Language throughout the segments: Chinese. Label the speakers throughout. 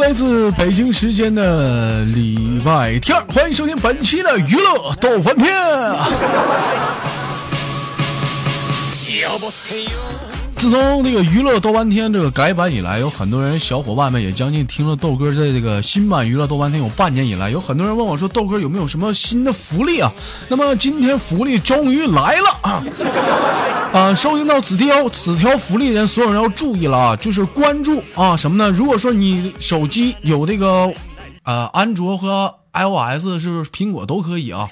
Speaker 1: 来自北京时间的礼拜天，欢迎收听本期的娱乐逗翻天。自从这个娱乐豆瓣天这个改版以来，有很多人小伙伴们也将近听了豆哥在这个新版娱乐豆瓣天有半年以来，有很多人问我说豆哥有没有什么新的福利啊？那么今天福利终于来了啊！啊，收听到此条此条福利的人，所有人要注意了啊，就是关注啊什么呢？如果说你手机有这个呃安卓和 iOS 是苹果都可以啊。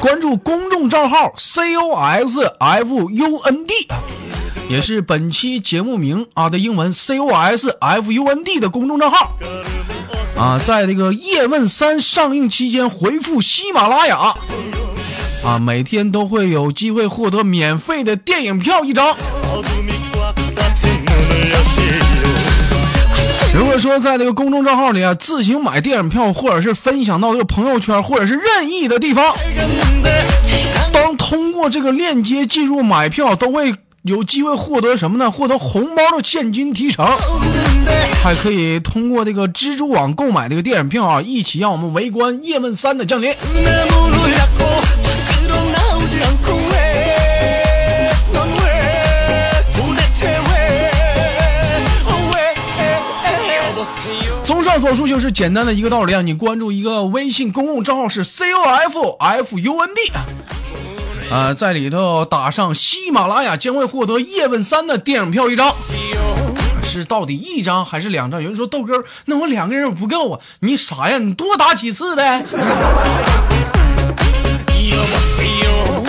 Speaker 1: 关注公众账号 C O S F U N D，也是本期节目名啊的英文 C O S F U N D 的公众账号啊，在这个《叶问三》上映期间回复喜马拉雅啊，每天都会有机会获得免费的电影票一张。
Speaker 2: 어둠이 꽉 닫힌 문을 여시오
Speaker 1: 如果说在这个公众账号里啊，自行买电影票，或者是分享到这个朋友圈，或者是任意的地方，
Speaker 2: 근데
Speaker 1: 当通过这个链接进入买票，都会有机会获得什么呢？获得红包的现金提成，还可以通过这个蜘蛛网购买这个电影票啊，一起让我们围观《叶问三》的降临。
Speaker 2: 내 문을 닫고 밖으로 나오지 않고 왜? 넌 왜? 도대체 왜? 어, 왜? 여보세요
Speaker 1: 综上所述，就是简单的一个道理啊！你关注一个微信公共账号是 C O F F U N D，啊，在里头打上喜马拉雅，将会获得《叶问三》的电影票一张。是到底一张还是两张？有人说豆哥，那我两个人不够啊！你啥呀？你多打几次呗。
Speaker 2: 여보세요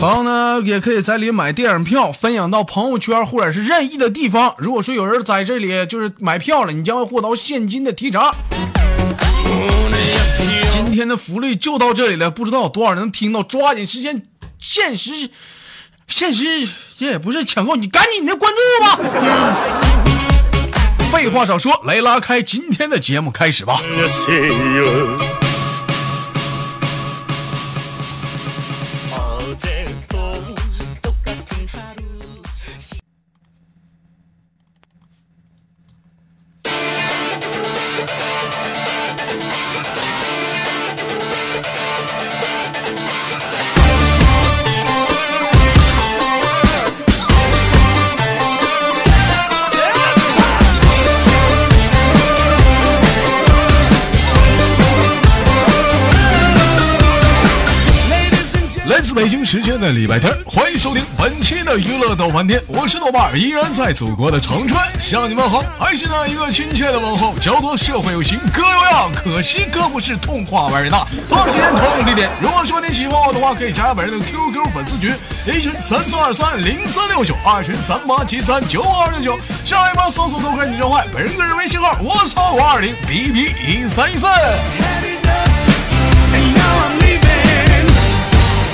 Speaker 1: 朋友呢，也可以在里买电影票，分享到朋友圈或者是任意的地方。如果说有人在这里就是买票了，你将会获得现金的提成。
Speaker 2: 문을 여시오
Speaker 1: 今天的福利就到这里了，不知道有多少人能听到，抓紧时间，限时，限时也不是抢购，你赶紧的关注吧。废话少说，来拉开今天的节目开始吧。
Speaker 2: 여세요 어제도 똑같은 하루
Speaker 1: 来自北京时间的礼拜天，欢迎收听本期的娱乐逗翻天，我是豆瓣儿，依然在祖国的长春向你问好，还是那一个亲切的问候，嚼多社会有型哥有样，可惜哥不是痛快玩意儿大。同样时间同样地点，如果说您喜欢我的话，可以加本人的 QQ 粉丝群，一群三四二三零三六九，二群三八七三九二六九，下一波搜索豆哥你真坏，本人个人微信号我操五二零 B B 一三一三。
Speaker 2: And now I'm leaving.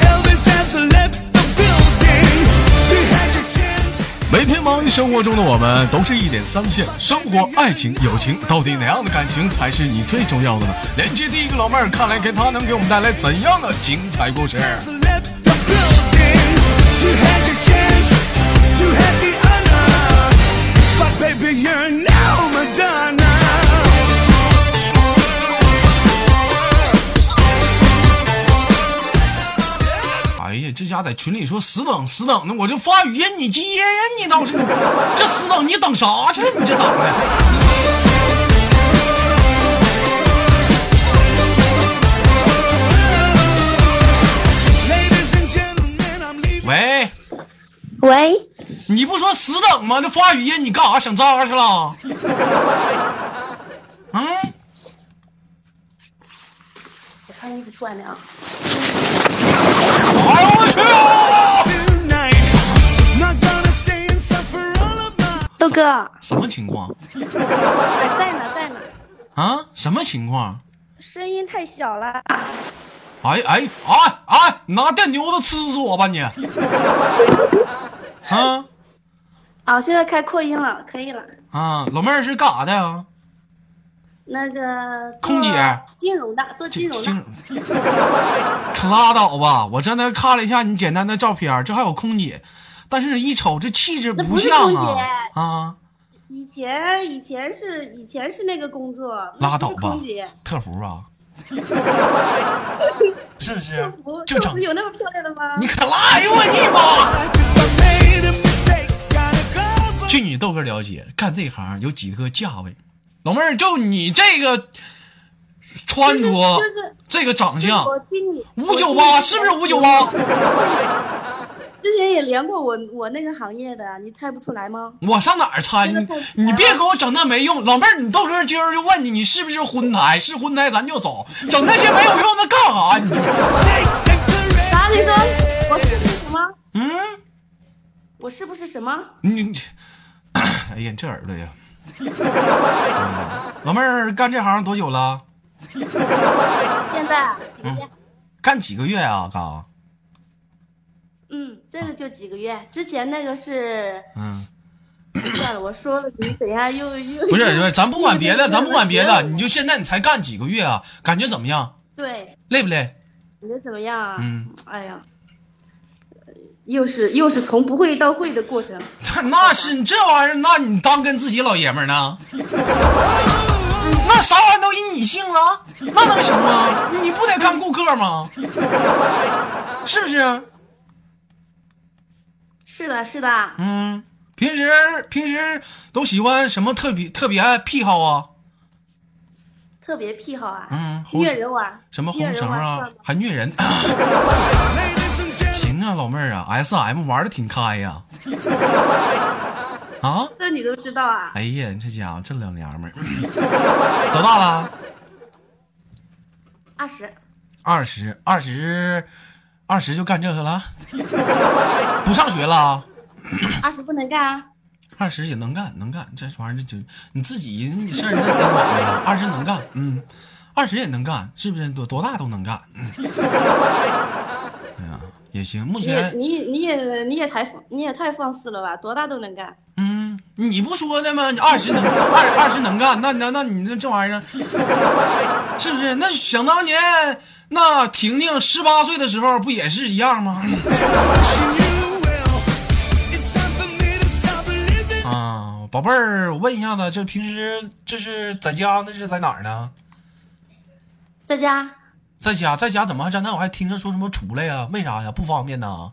Speaker 2: Elvis has left the building. You had your chance.
Speaker 1: 每天忙于生活中的我们，都是一脸三线。生活、爱情、友情，到底哪样的感情才是你最重要的呢？连接第一个老妹儿，看来给她能给我们带来怎样的精彩故事？
Speaker 2: Left the building. You had your chance. You had the honor. But baby, you're now Madonna.
Speaker 1: 哎呀，这家在群里说死等死等的，我就发语音你接呀，你倒是，这死等你等啥去？你这等的。
Speaker 2: Ladies and gentlemen, I'm leaving.
Speaker 1: 喂，
Speaker 3: 喂，
Speaker 1: 你不说死等吗？这发语音你干啥？想渣去了？嗯。
Speaker 3: 我穿衣服出来没有？
Speaker 1: 哎呦我去！啊
Speaker 2: Tonight. Not gonna stay and suffer all of my
Speaker 3: 豆哥，啊
Speaker 1: 什么情况
Speaker 3: 哎在呢，在呢，
Speaker 1: 啊？什么情况？
Speaker 3: 声音太小了。
Speaker 1: 哎哎哎哎，拿电牛子呲死我吧你！啊
Speaker 3: 啊，我现在开扩音了，可以了。
Speaker 1: 啊，老妹儿是干啥的啊呀？
Speaker 3: 那个
Speaker 1: 空姐，
Speaker 3: 金融的，做金融的，
Speaker 1: 可拉倒吧！我刚才看了一下你简单的照片，这还有空姐，但是一瞅这气质
Speaker 3: 那不是
Speaker 1: 像
Speaker 3: 空姐
Speaker 1: 啊啊！
Speaker 3: 以前以前是以前是那个工作，那
Speaker 1: 拉
Speaker 3: 不
Speaker 1: 倒
Speaker 3: 是
Speaker 1: 吧
Speaker 3: 空姐，，
Speaker 1: 特服啊，是不是
Speaker 3: 客服？
Speaker 1: 正
Speaker 3: 客
Speaker 1: 常
Speaker 3: 服，有那么漂亮的吗？
Speaker 1: 你可拉！哎呦我的妈！
Speaker 2: If I made a mistake, gotta go for
Speaker 1: 据你豆哥了解，干这行有几个价位？老妹儿，就你这个穿着，
Speaker 3: 就是就是
Speaker 1: 这个长
Speaker 3: 就是
Speaker 1: 相，
Speaker 3: 我听你
Speaker 1: 五九八是不是五九？八
Speaker 3: 我？听你之前也连过我我那个行业的，你猜不出来吗？
Speaker 1: 我上哪儿猜？你
Speaker 3: 这个太
Speaker 1: 你别给我整那没用！老妹儿，你豆哥今儿就问你，你是不是婚台？是婚台咱就走，整那些没有用的干啥？你
Speaker 2: shake and
Speaker 3: 啥？啊你
Speaker 2: correct.
Speaker 3: 说我是不是什么？
Speaker 1: 嗯，
Speaker 3: 我是不是什么？
Speaker 1: 你你， 哎呀，你这耳朵呀！嗯老妹儿干这行多久了？
Speaker 3: 现在几个
Speaker 1: 嗯
Speaker 3: 月？
Speaker 1: 干几个月啊？刚，
Speaker 3: 嗯，这个就几个月。之前那个是
Speaker 1: 嗯。
Speaker 3: 算了，我说了，你等一下又又
Speaker 1: 不是，不是咱不管别的，咱不管别的，你
Speaker 3: 就
Speaker 1: 就现在你才干几个月啊？感觉怎么样？
Speaker 3: 对，
Speaker 1: 累不累？
Speaker 3: 你觉得怎么样啊？
Speaker 1: 嗯，
Speaker 3: 哎呀，呃又是又是从不会到会的过程。
Speaker 1: 那是你这玩意儿，那你当跟自己老爷们儿呢？ 那啥玩意儿都以你姓了，那能行吗？你不得干顾客吗？是不是？
Speaker 3: 是的，是的，
Speaker 1: 嗯，平时平时都喜欢什么特别特别爱癖好啊？
Speaker 3: 特别癖好啊，
Speaker 1: 嗯红
Speaker 3: 虐人玩，
Speaker 1: 什么
Speaker 3: 虐
Speaker 1: 红
Speaker 3: 人
Speaker 1: 绳
Speaker 3: 玩
Speaker 1: 啊
Speaker 3: 算吗，
Speaker 1: 还虐人。
Speaker 2: Ladies and gentlemen,
Speaker 1: 行啊，老妹儿啊，S M 玩的挺开呀、啊。
Speaker 3: 这你都知道啊？
Speaker 1: 哎呀，你这家伙这老娘们儿， 多大了？
Speaker 3: 二十，
Speaker 1: 二十二十，二十就干这个了？ 不上学了？啊
Speaker 3: 二十不能干啊？
Speaker 1: 二十也能干，能干，这玩意儿就你自己你事儿那谁管呀？二十能干，嗯，二十也能干，是不是？多多大都能干。嗯、哎呀，也行。目
Speaker 3: 你也
Speaker 1: 前，
Speaker 3: 你也你也你也太放你也太放肆了吧？多大都能干。
Speaker 1: 嗯，你不说的吗？你二十能二二十能干，那那那你这这玩意儿，是不是？那想当年，那婷婷十八岁的时候不也是一样吗？
Speaker 2: wishing you well. It's time for me to stop living.
Speaker 1: 啊，宝贝儿，我问一下子，这平时这是在家，那是在哪儿呢？
Speaker 3: 在家
Speaker 1: 在家，在家怎么还站那？我还听着说什么出来呀、为啥呀？不方便呐？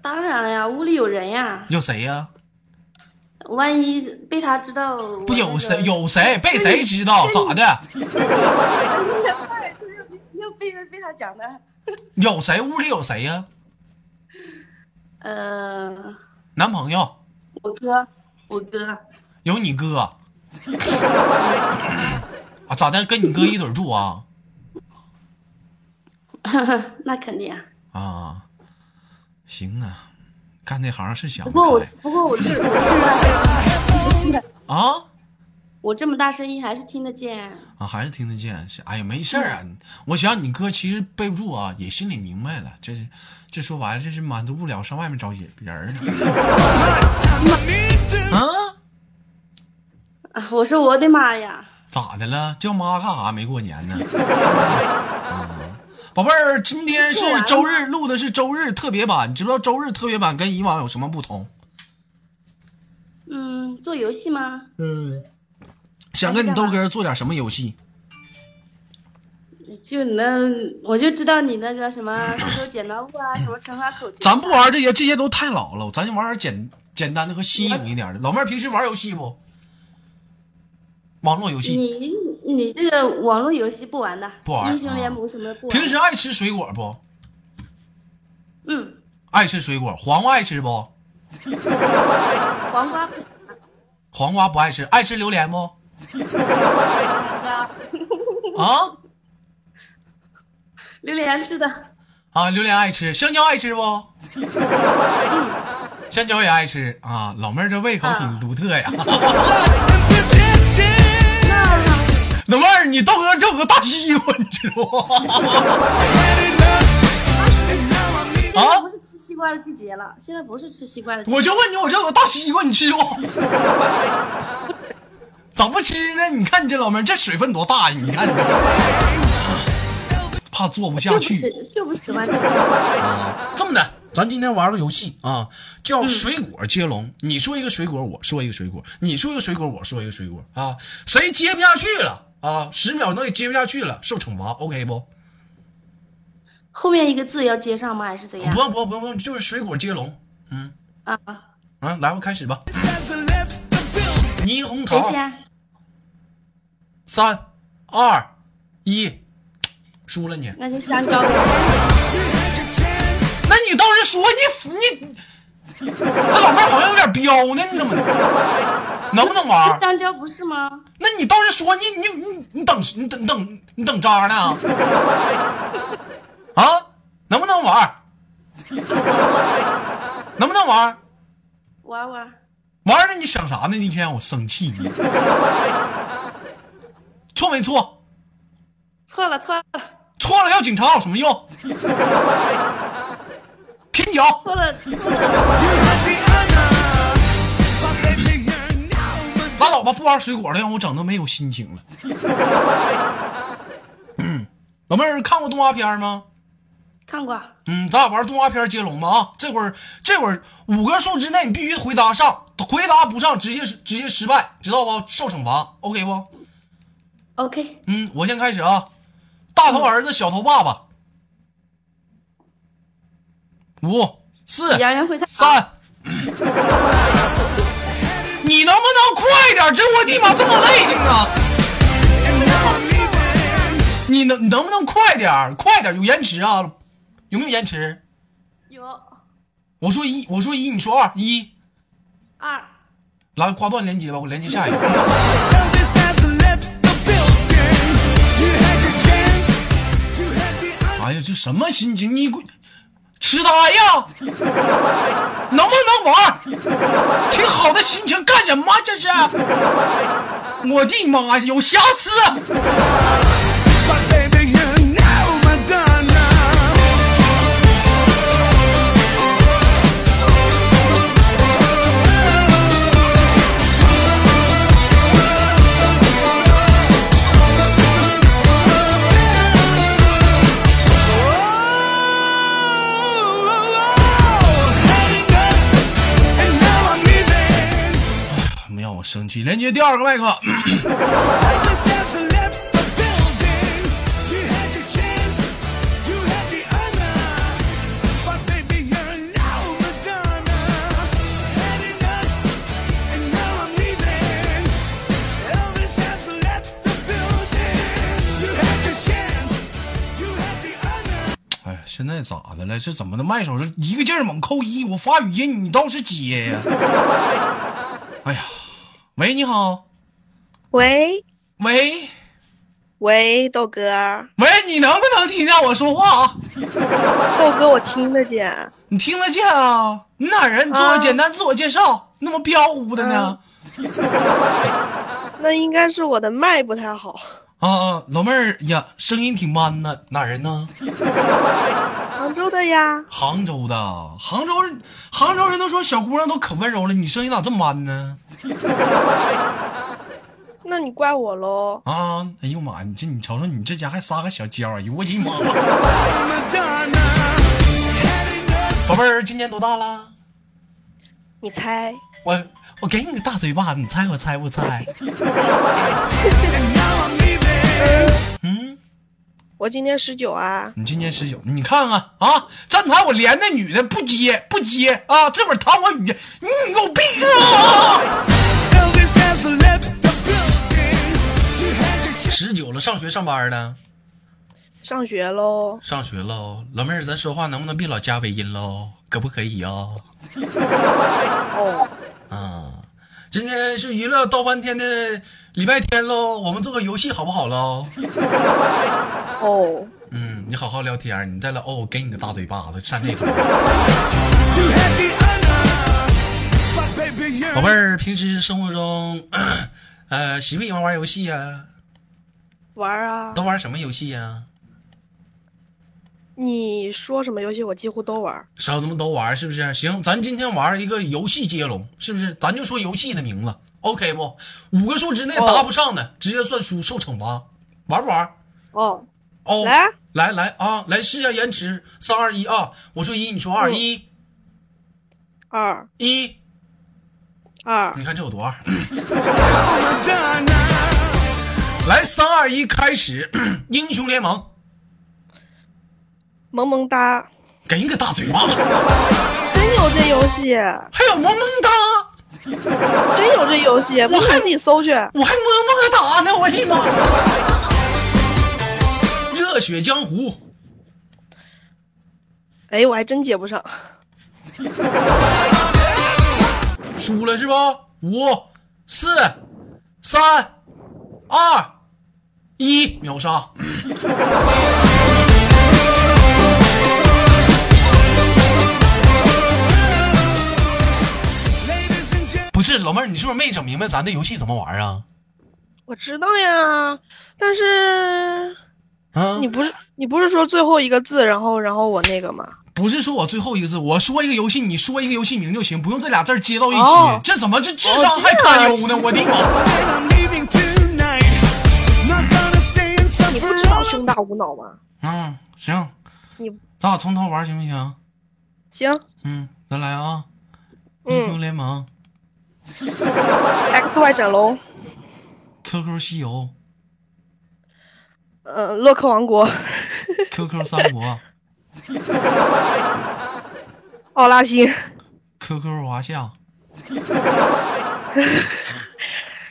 Speaker 3: 当然了呀，屋里有人呀，
Speaker 1: 有谁呀、
Speaker 3: 万一被他知道我
Speaker 1: 不
Speaker 3: 那
Speaker 1: 有
Speaker 3: 个
Speaker 1: 谁？有谁被谁知道
Speaker 3: 跟
Speaker 1: 咋
Speaker 3: 你
Speaker 1: 的？
Speaker 3: 对，又又被被他讲的，
Speaker 1: 有谁屋里有谁呀、
Speaker 3: 呃，
Speaker 1: 男朋友
Speaker 3: 我哥，我哥，
Speaker 1: 有你哥啊？咋的？跟你哥一堆儿住啊？
Speaker 3: 那肯定啊。
Speaker 1: 啊，行啊，干这行是想
Speaker 3: 不
Speaker 1: 不
Speaker 3: 过我
Speaker 1: 开
Speaker 3: 不过我这我这
Speaker 1: 啊
Speaker 3: 我这么大声音还是听得见。
Speaker 1: 啊，还是听得见。是，哎呀，没事儿啊。我想你哥其实背不住啊，也心里明白了。这是，这说白了，这是满足不了上外面找人人儿呢。
Speaker 2: Time I need to
Speaker 1: 啊，
Speaker 3: 啊，我说我的妈呀！
Speaker 1: 咋的了？叫妈干啥？没过年呢？ 啊，宝贝儿，今天是
Speaker 3: 过完了
Speaker 1: 周日，录的是周日特别版。你知不知道周日特别版跟以往有什么不同？
Speaker 3: 嗯，做游戏吗？
Speaker 1: 嗯，想跟你豆哥做点什么游戏？
Speaker 3: 就你那，我就知道你那个什么石头剪刀布啊，什么乘法口诀。
Speaker 1: 咱不玩这些，这些都太老了。咱就玩点简简单的和新颖一点的。老妹儿平时玩游戏不？网络游戏。
Speaker 3: 你你这个网络游戏不玩的，
Speaker 1: 不玩
Speaker 3: 英雄联盟什么的不玩。
Speaker 1: 平时爱吃水果不？
Speaker 3: 嗯，
Speaker 1: 爱吃水果，黄瓜爱吃不？
Speaker 3: 黄瓜不喜欢
Speaker 1: 黄瓜不爱吃，爱吃榴莲不？
Speaker 3: 啊，
Speaker 1: 啊
Speaker 3: 榴莲是的，
Speaker 1: 啊，榴莲爱吃，香蕉爱吃不？香蕉也爱吃啊，老妹儿这胃口挺独特呀。
Speaker 2: protect
Speaker 1: 老妹儿，你豆哥这有个大西瓜，你知道吗？
Speaker 2: And now I need
Speaker 3: 现在
Speaker 1: 啊
Speaker 3: 不，是吃西瓜的季节了，现在不是吃西瓜的季 节。
Speaker 1: 我就问你，我这有个大西瓜，你吃不？ 咋不吃呢？你看你这老妹儿，这水分多大呀？你看你这，怕做不下
Speaker 3: 就不
Speaker 1: 去。
Speaker 3: 是就不喜欢吃西瓜。
Speaker 1: 啊，这么的，咱今天玩个游戏啊，叫水果接龙。你说一个水果，我说一个水果；你说一个水果，我说一个水果啊。谁接不下去了啊？十秒内接不下去了，受惩罚，OK 不？
Speaker 3: 后面一个字要接上吗？还是怎样
Speaker 1: 不？用不用不用不用，就是水果接龙。嗯
Speaker 3: 啊，
Speaker 1: 啊，来吧，开始吧。
Speaker 2: As I left the building,
Speaker 1: 霓虹
Speaker 3: 谁
Speaker 1: 糖，
Speaker 3: 先？
Speaker 1: 三二一，输了你。
Speaker 3: 那就香蕉吧。
Speaker 2: you had your chance.
Speaker 1: 那你倒是说你你， 这老妹儿好像有点彪呢，你怎么能不能玩儿？
Speaker 3: 哎香蕉不是吗？
Speaker 1: 那你倒是说你你你你等你等你等你等渣呢啊？啊，能不能玩儿？能不能玩儿？
Speaker 3: 玩玩。
Speaker 1: 玩儿了你想啥呢？那天让我生气你，错没错？
Speaker 3: 错了错了
Speaker 1: 错了要警察有什么用？天脚。
Speaker 3: 错了错
Speaker 2: You
Speaker 3: 了。
Speaker 2: had the honor, but baby, you're now my
Speaker 1: 拉倒吧，不玩水果了，让我整的没有心情了。嗯，老妹儿看过动画片吗？
Speaker 3: 看过。
Speaker 1: 嗯，咱俩玩动画片接龙吧啊！这会儿这会儿五个数之内你必须回答上，回答不上直接直接失败，知道不？受惩罚，OK 不？
Speaker 3: OK，
Speaker 1: 嗯，我先开始啊。大头儿子，小头爸爸。五四
Speaker 3: 洋洋会看。
Speaker 1: 哎三，你能不能快点？这我的妈，这么累的呢？你能你能不能快点儿？快点儿，有延迟啊？有没有延迟？
Speaker 3: 有
Speaker 1: 我说一，我说一，你说二，一，
Speaker 3: 二
Speaker 1: 来挂断连接吧，我连接下一个。
Speaker 2: eldest as I left the building. You had your chance, you had the honor,
Speaker 1: 哎呀，这什么心情？你滚，吃他呀！能不能玩儿？挺好的心情干什么？这是， 我的妈呀，有瑕疵！
Speaker 2: but baby, you're now Madonna.
Speaker 1: 没让我生气，连接第二个麦克。哎呀，现在咋的了？这怎么的？麦手是一个劲儿猛扣一，我发语音你倒是接 呀！哎呀，喂，你好，
Speaker 4: 喂
Speaker 1: 喂
Speaker 4: 喂，豆哥，
Speaker 1: 喂，你能不能听见我说话啊？
Speaker 4: 豆哥，我听得见。
Speaker 1: 你听得见啊？你哪人？你做个
Speaker 4: 啊
Speaker 1: 简单自我介绍，那么彪呼的呢？
Speaker 4: 那应该是我的麦不太好。
Speaker 1: 啊啊，老妹儿呀，声音挺 man 呢，哪人呢？
Speaker 4: 杭州的呀，
Speaker 1: 杭州的，杭州人，杭州人都说小姑娘都可温柔了，你声音咋这么 man 呢？
Speaker 4: 那你怪我喽。
Speaker 1: 啊，哎呦妈，你这你瞅瞅你这家还撒个小娇啊！哎呦我的妈！ 宝贝儿，今年多大了？
Speaker 4: 你猜？
Speaker 1: 我我给你个大嘴巴，你猜我猜不猜？ 嗯，
Speaker 4: 我今年十九啊。
Speaker 1: 你今年十九，你看看啊，站台我连那女的不接不接啊，这会儿弹我语音，你有病啊！十九了，上学上班了，
Speaker 4: 上学喽。
Speaker 1: 上学喽，老妹儿，咱说话能不能别老加尾音喽？可不可以啊、
Speaker 4: 哦，
Speaker 1: 啊，今天是娱乐到翻天的礼拜天喽，我们做个游戏好不好喽？
Speaker 4: 哦，
Speaker 1: 嗯，你好好聊天，你再来哦，我给你个大嘴巴子，扇那头。 宝贝儿，平时生活中， 呃，喜不喜欢玩游戏呀、
Speaker 4: 玩儿啊
Speaker 1: 都。玩什么游戏呀、
Speaker 4: 你说什么游戏我几乎都玩儿。
Speaker 1: 啥他妈都玩，是不是？行，咱今天玩一个游戏接龙，是不是？咱就说游戏的名字，OK 不？五
Speaker 4: 哦
Speaker 1: 个数之内答不上的，直接算输，受惩罚。玩不玩？
Speaker 4: 哦，
Speaker 1: 哦，
Speaker 4: 来啊
Speaker 1: 来来啊，来试一下延迟，三二一啊，我说一，你说二，
Speaker 4: 嗯
Speaker 1: 一
Speaker 4: 二
Speaker 1: 一，
Speaker 4: 二
Speaker 1: 你看这有多二？
Speaker 2: I'm done now.
Speaker 1: 来，三二一，开始， 英雄联盟，
Speaker 4: 萌萌哒，
Speaker 1: 给你个大嘴巴，
Speaker 4: 真有这游戏，
Speaker 3: 啊
Speaker 1: 还有萌萌哒，
Speaker 4: 真有这游戏，不信自己搜去。
Speaker 1: 我还么么哒呢，我的妈！热血江湖，
Speaker 4: 哎，我还真接不上。
Speaker 1: 输了是吧？五、四、三、二、一，秒杀！
Speaker 2: Ladies and gentlemen,
Speaker 1: 不是老妹儿，你是不是没整明白咱这游戏怎么玩啊？
Speaker 4: 我知道呀，但是
Speaker 1: 啊，
Speaker 4: 你不是你不是说最后一个字，然后然后我那个吗？
Speaker 1: 不是说我最后一次，我说一个游戏，你说一个游戏名就行，不用这俩字儿接到一起。
Speaker 4: 哦
Speaker 1: 这怎么这智商还堪忧呢？我的妈！
Speaker 2: I'm leaving tonight. Not gonna stay and suffer.
Speaker 4: 你不知道
Speaker 2: all
Speaker 4: 胸大无脑吗？
Speaker 1: 嗯，行，
Speaker 4: 你
Speaker 1: 咱俩从头玩行不行？
Speaker 4: 行，
Speaker 1: 嗯，咱来啊，英雄
Speaker 4: 嗯
Speaker 1: 联盟、
Speaker 4: ，X Y 斩龙，
Speaker 1: QQ 西游、
Speaker 4: 呃，洛克王国，
Speaker 1: QQ 三国、
Speaker 4: 奥拉星，
Speaker 1: QQ 华夏、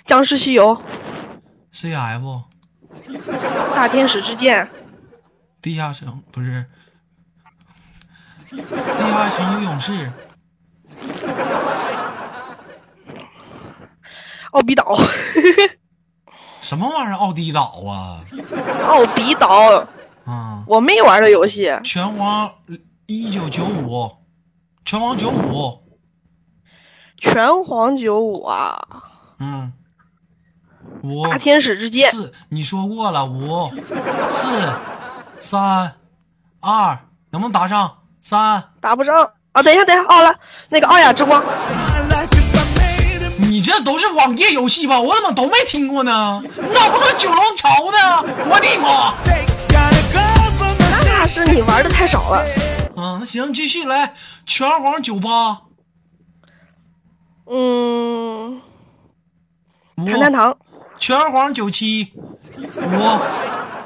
Speaker 4: 僵尸西游，
Speaker 1: CF、
Speaker 4: 大天使之剑，
Speaker 1: 地下城不是，地下城与勇士、
Speaker 4: 奥比岛，
Speaker 1: 什么玩意儿？奥迪岛啊
Speaker 4: 奥比岛，
Speaker 1: 啊！
Speaker 4: 我妹玩的游戏，
Speaker 1: 拳皇一九九五，拳皇九五，
Speaker 4: 拳皇九五啊，
Speaker 1: 嗯，五
Speaker 4: 大天使之剑，
Speaker 1: 哦四，你说过了，五四三二，能不能答上？三，
Speaker 4: 打不上啊！等一下，等一下，奥拉那个奥雅之光，
Speaker 2: my life if I made a
Speaker 1: 你这都是网页游戏吧？我怎么都没听过呢？你咋不说九龙潮呢？我的妈！
Speaker 2: mistake. Gotta go for my
Speaker 4: 那是你玩的太少了。
Speaker 1: 啊，那行，继续来，拳皇九八
Speaker 4: 嗯，
Speaker 1: 五，
Speaker 4: 弹弹堂，
Speaker 1: 拳皇九七五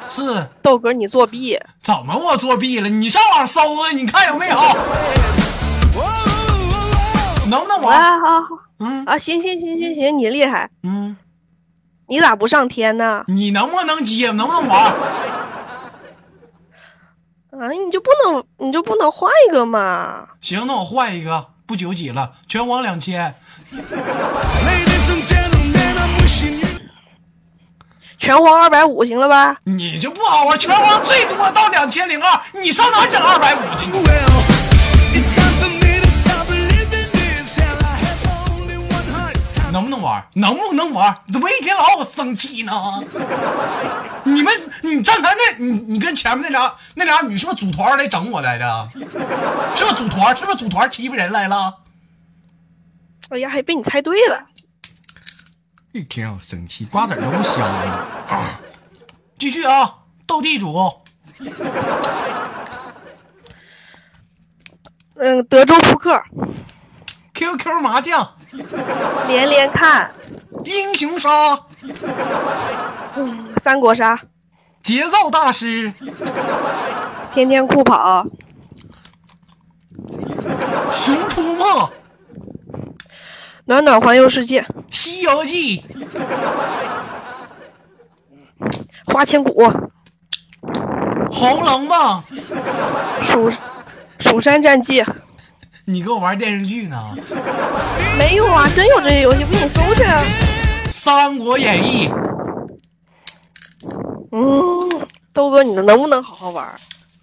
Speaker 1: 四，
Speaker 4: 豆哥你作弊，
Speaker 1: 怎么我作弊了？你上网搜啊，你看有没有？
Speaker 2: whoa, whoa,
Speaker 1: 能不能玩？
Speaker 4: 啊好好
Speaker 1: 嗯
Speaker 4: 啊，行行行行行，你厉害，
Speaker 1: 嗯，
Speaker 4: 你咋不上天呢？
Speaker 1: 你能不能接？能不能玩？
Speaker 4: 啊，你就不能你就不能换一个嘛？
Speaker 1: 行，那我换一个，不纠结了，拳皇两千。
Speaker 2: whoa. Ladies and gentlemen, I'm wishing you.
Speaker 4: 拳皇二百五行了吧？
Speaker 1: 你就不好玩，拳皇最多到两千零二，你上哪整二百五去？
Speaker 2: Well, it's time for me to stop living this hell. I have only one heart. Time
Speaker 1: 能不能玩？能不能玩？怎么一天老让我生气呢？你们，你站台那，你你跟前面那俩那俩女是不是组团来整我来的？是不是组团？是不是组团欺负人来了？
Speaker 4: 哎呀，还被你猜对了。
Speaker 1: 一天让我生气，瓜子儿都不香了、啊继续啊，斗地主，
Speaker 4: 嗯，德州扑克，
Speaker 1: QQ 麻将，
Speaker 4: 连连看，
Speaker 1: 英雄杀，
Speaker 4: 嗯，三国杀，
Speaker 1: 节奏大师，
Speaker 4: 天天酷跑，
Speaker 1: 熊出没，
Speaker 4: 暖暖环游世界，
Speaker 1: 西游记，
Speaker 4: 花千骨，
Speaker 1: 红龙吧。
Speaker 4: 蜀蜀山战记。
Speaker 1: 你给我玩电视剧呢？
Speaker 4: 没有啊，真有这些游戏，不信你搜去。啊
Speaker 1: 《三国演义》
Speaker 4: 嗯，豆哥，你能不能好好玩儿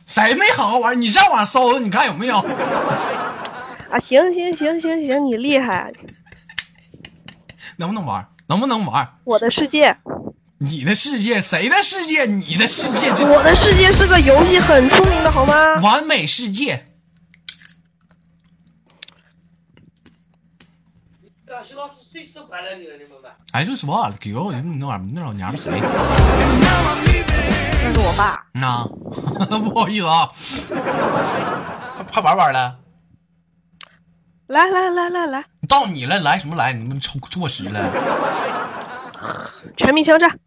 Speaker 1: 谁没好好玩？你上网搜搜，你看有没有？
Speaker 4: 啊？行行行行行，你厉害！
Speaker 1: 能不能玩？能不能玩？
Speaker 4: 我的世界，
Speaker 1: 你的世界，谁的世界？你的世界，这
Speaker 4: 我的世界是个游戏，很出名的好吗？
Speaker 1: 完美世界。
Speaker 5: 老师随时都管着你了，你明白？
Speaker 1: 哎，这什么玩意儿？给我你那玩意儿，那老娘们谁？
Speaker 2: Now I'm leaving.
Speaker 4: 那是我爸，
Speaker 1: 那啊 不好意思啊，还玩玩了？
Speaker 4: 来来来来来，
Speaker 1: 到你了，来什么来？你们抽坐实了？
Speaker 4: 全民枪战，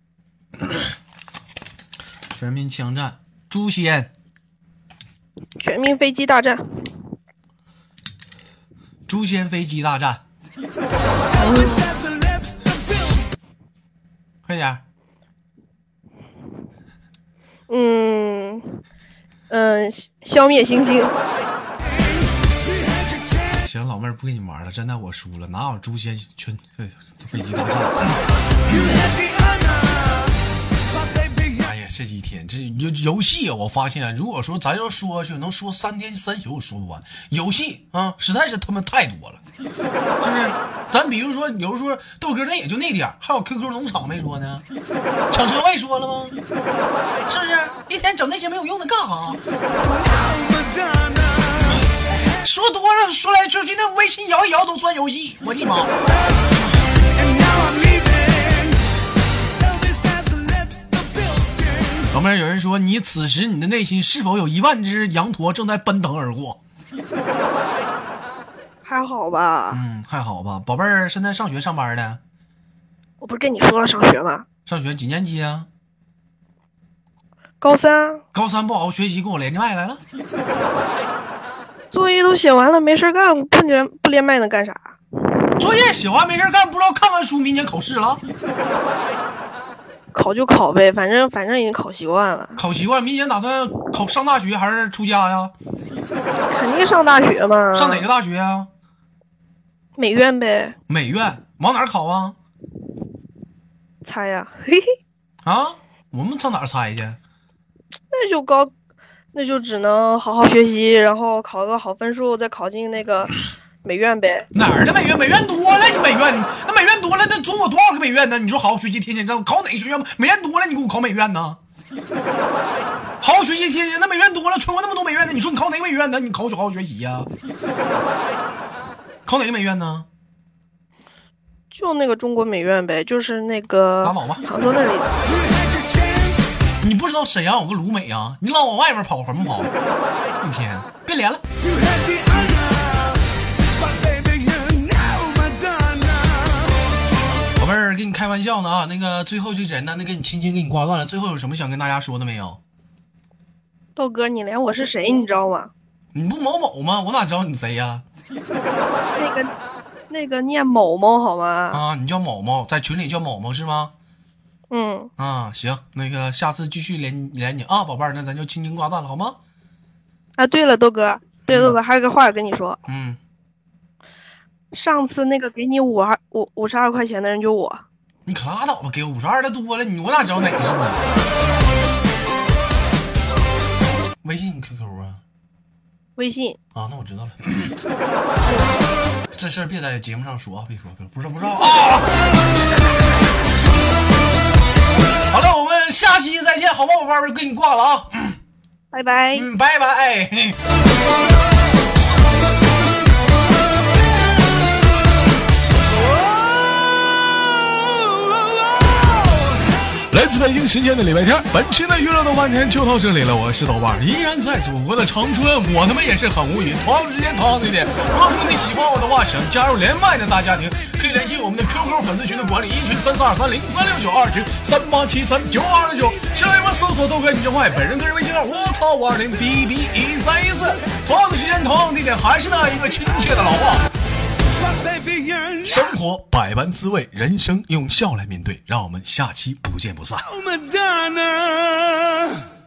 Speaker 1: 全民枪战，诛仙，
Speaker 4: 全民飞机大战，
Speaker 1: 诛仙飞机大战，
Speaker 2: Elvis has left the building.
Speaker 1: 快点儿！
Speaker 4: 嗯嗯、消灭行星，
Speaker 2: You had your chance.
Speaker 1: 行，老妹儿不跟你玩了，真的我输了，哪有诛仙全呃飞机大战？
Speaker 2: You had the honor. But baby, you're
Speaker 1: 哎呀，这几天这游游戏啊，我发现，如果说咱要说下去，能说三天三宿也说不完。游戏啊，实在是他妈太多了，是不是？咱比如说，有时候豆哥那也就那点儿还有 QQ 农场没说呢，抢车位说了吗？是不是？一天整那些没有用的干哈？
Speaker 2: Madonna.
Speaker 1: 说多了，说来说去，那微信摇一摇都算游戏，我的妈！
Speaker 2: And now I'm leaving. Elvis has left the building.
Speaker 1: 老妹儿，有人说你此时你的内心是否有一万只羊驼正在奔腾而过？
Speaker 4: 还好吧？
Speaker 1: 嗯，还好吧，宝贝儿，现在上学上班呢？
Speaker 4: 我不是跟你说了上学吗？
Speaker 1: 上学几年级啊？
Speaker 4: 高三
Speaker 1: 高三不好好学习，跟我连麦来了。
Speaker 4: 作业都写完了，没事儿干，不连不连麦能干啥？
Speaker 1: 作业写完没事干，不知道看看书，明年考试了，
Speaker 4: 考就考呗，反正反正已经考习惯了，
Speaker 1: 考习惯，明年打算考上大学还是出家呀？
Speaker 4: 肯定上大学嘛。
Speaker 1: 上哪个大学呀？
Speaker 4: 美院呗，
Speaker 1: 美院，往哪儿考啊？
Speaker 4: 猜呀、嘿嘿，
Speaker 1: 啊，我们上哪儿猜去？
Speaker 4: 那就高，那就只能好好学习，然后考个好分数，再考进那个美院呗。
Speaker 1: 哪儿的美院？美院多了，你美院，那美院多了，那总有多少个美院呢？你说好好学习，天天上，考哪个学院？美院多了，你给我考美院呢？ 好好学习，天天那美院多了，全国那么多美院呢，你说你考哪个美院呢？你考就好好学习呀、 考哪个美院呢？
Speaker 4: 就那个中国美院呗，就是那个
Speaker 1: 拉倒吧
Speaker 4: 杭州那里。
Speaker 2: You had your chance.
Speaker 1: 你不知道沈阳有个鲁美啊？你老往外面跑什么 跑？一天，别连了。
Speaker 2: You had the honor. But baby, you're now Madonna.
Speaker 1: 宝贝儿，跟你开玩笑呢啊！那个最后就简单的给你轻轻给你挂断了。最后有什么想跟大家说的没有？
Speaker 4: 豆哥，你连我是谁你知道吗？
Speaker 1: 你不某某吗？我哪知道你谁呀、
Speaker 4: 那个那个念某某好吗？
Speaker 1: 啊，你叫某某，在群里叫某某是吗？
Speaker 4: 嗯，
Speaker 1: 啊，行，那个下次继续连连你啊，宝贝儿，那咱就轻轻挂断了好吗？
Speaker 4: 啊，对了，豆哥，对豆哥，还有个话要跟你说，
Speaker 1: 嗯，
Speaker 4: 上次那个给你五二五五十二块钱的人就我。
Speaker 1: 你可拉倒吧，给五十二的多了，你我哪知道哪个是你？微信、QQ 啊？
Speaker 4: 微信，
Speaker 1: 啊，那我知道了。这事儿别在节目上说啊，别说，别说不知道不知道啊。好了，我们下期再见，好吗，宝贝儿？给你挂了啊，
Speaker 4: 拜拜。
Speaker 1: 嗯，拜拜。哎来自北京时间的礼拜天，本期的娱乐豆瓣天就到这里了。我是豆瓣儿，依然在祖国的长春，我他妈也是很无语。同样时间，同样地点。如果说你喜欢我的话，想加入连麦的大家庭，可以联系我们的 QQ 粉丝群的管理，一群三四二三零三六九，二群三八七三九二六九。新浪微博搜索豆哥你就坏，本人个人微信号我操五二零 b b 一三一四。同样的时间，同样地点，还是那一个亲切的老话。
Speaker 2: But baby, you're now
Speaker 1: 生活百般滋味，人生用笑来面对。让我们下期不见不散。
Speaker 2: Madonna.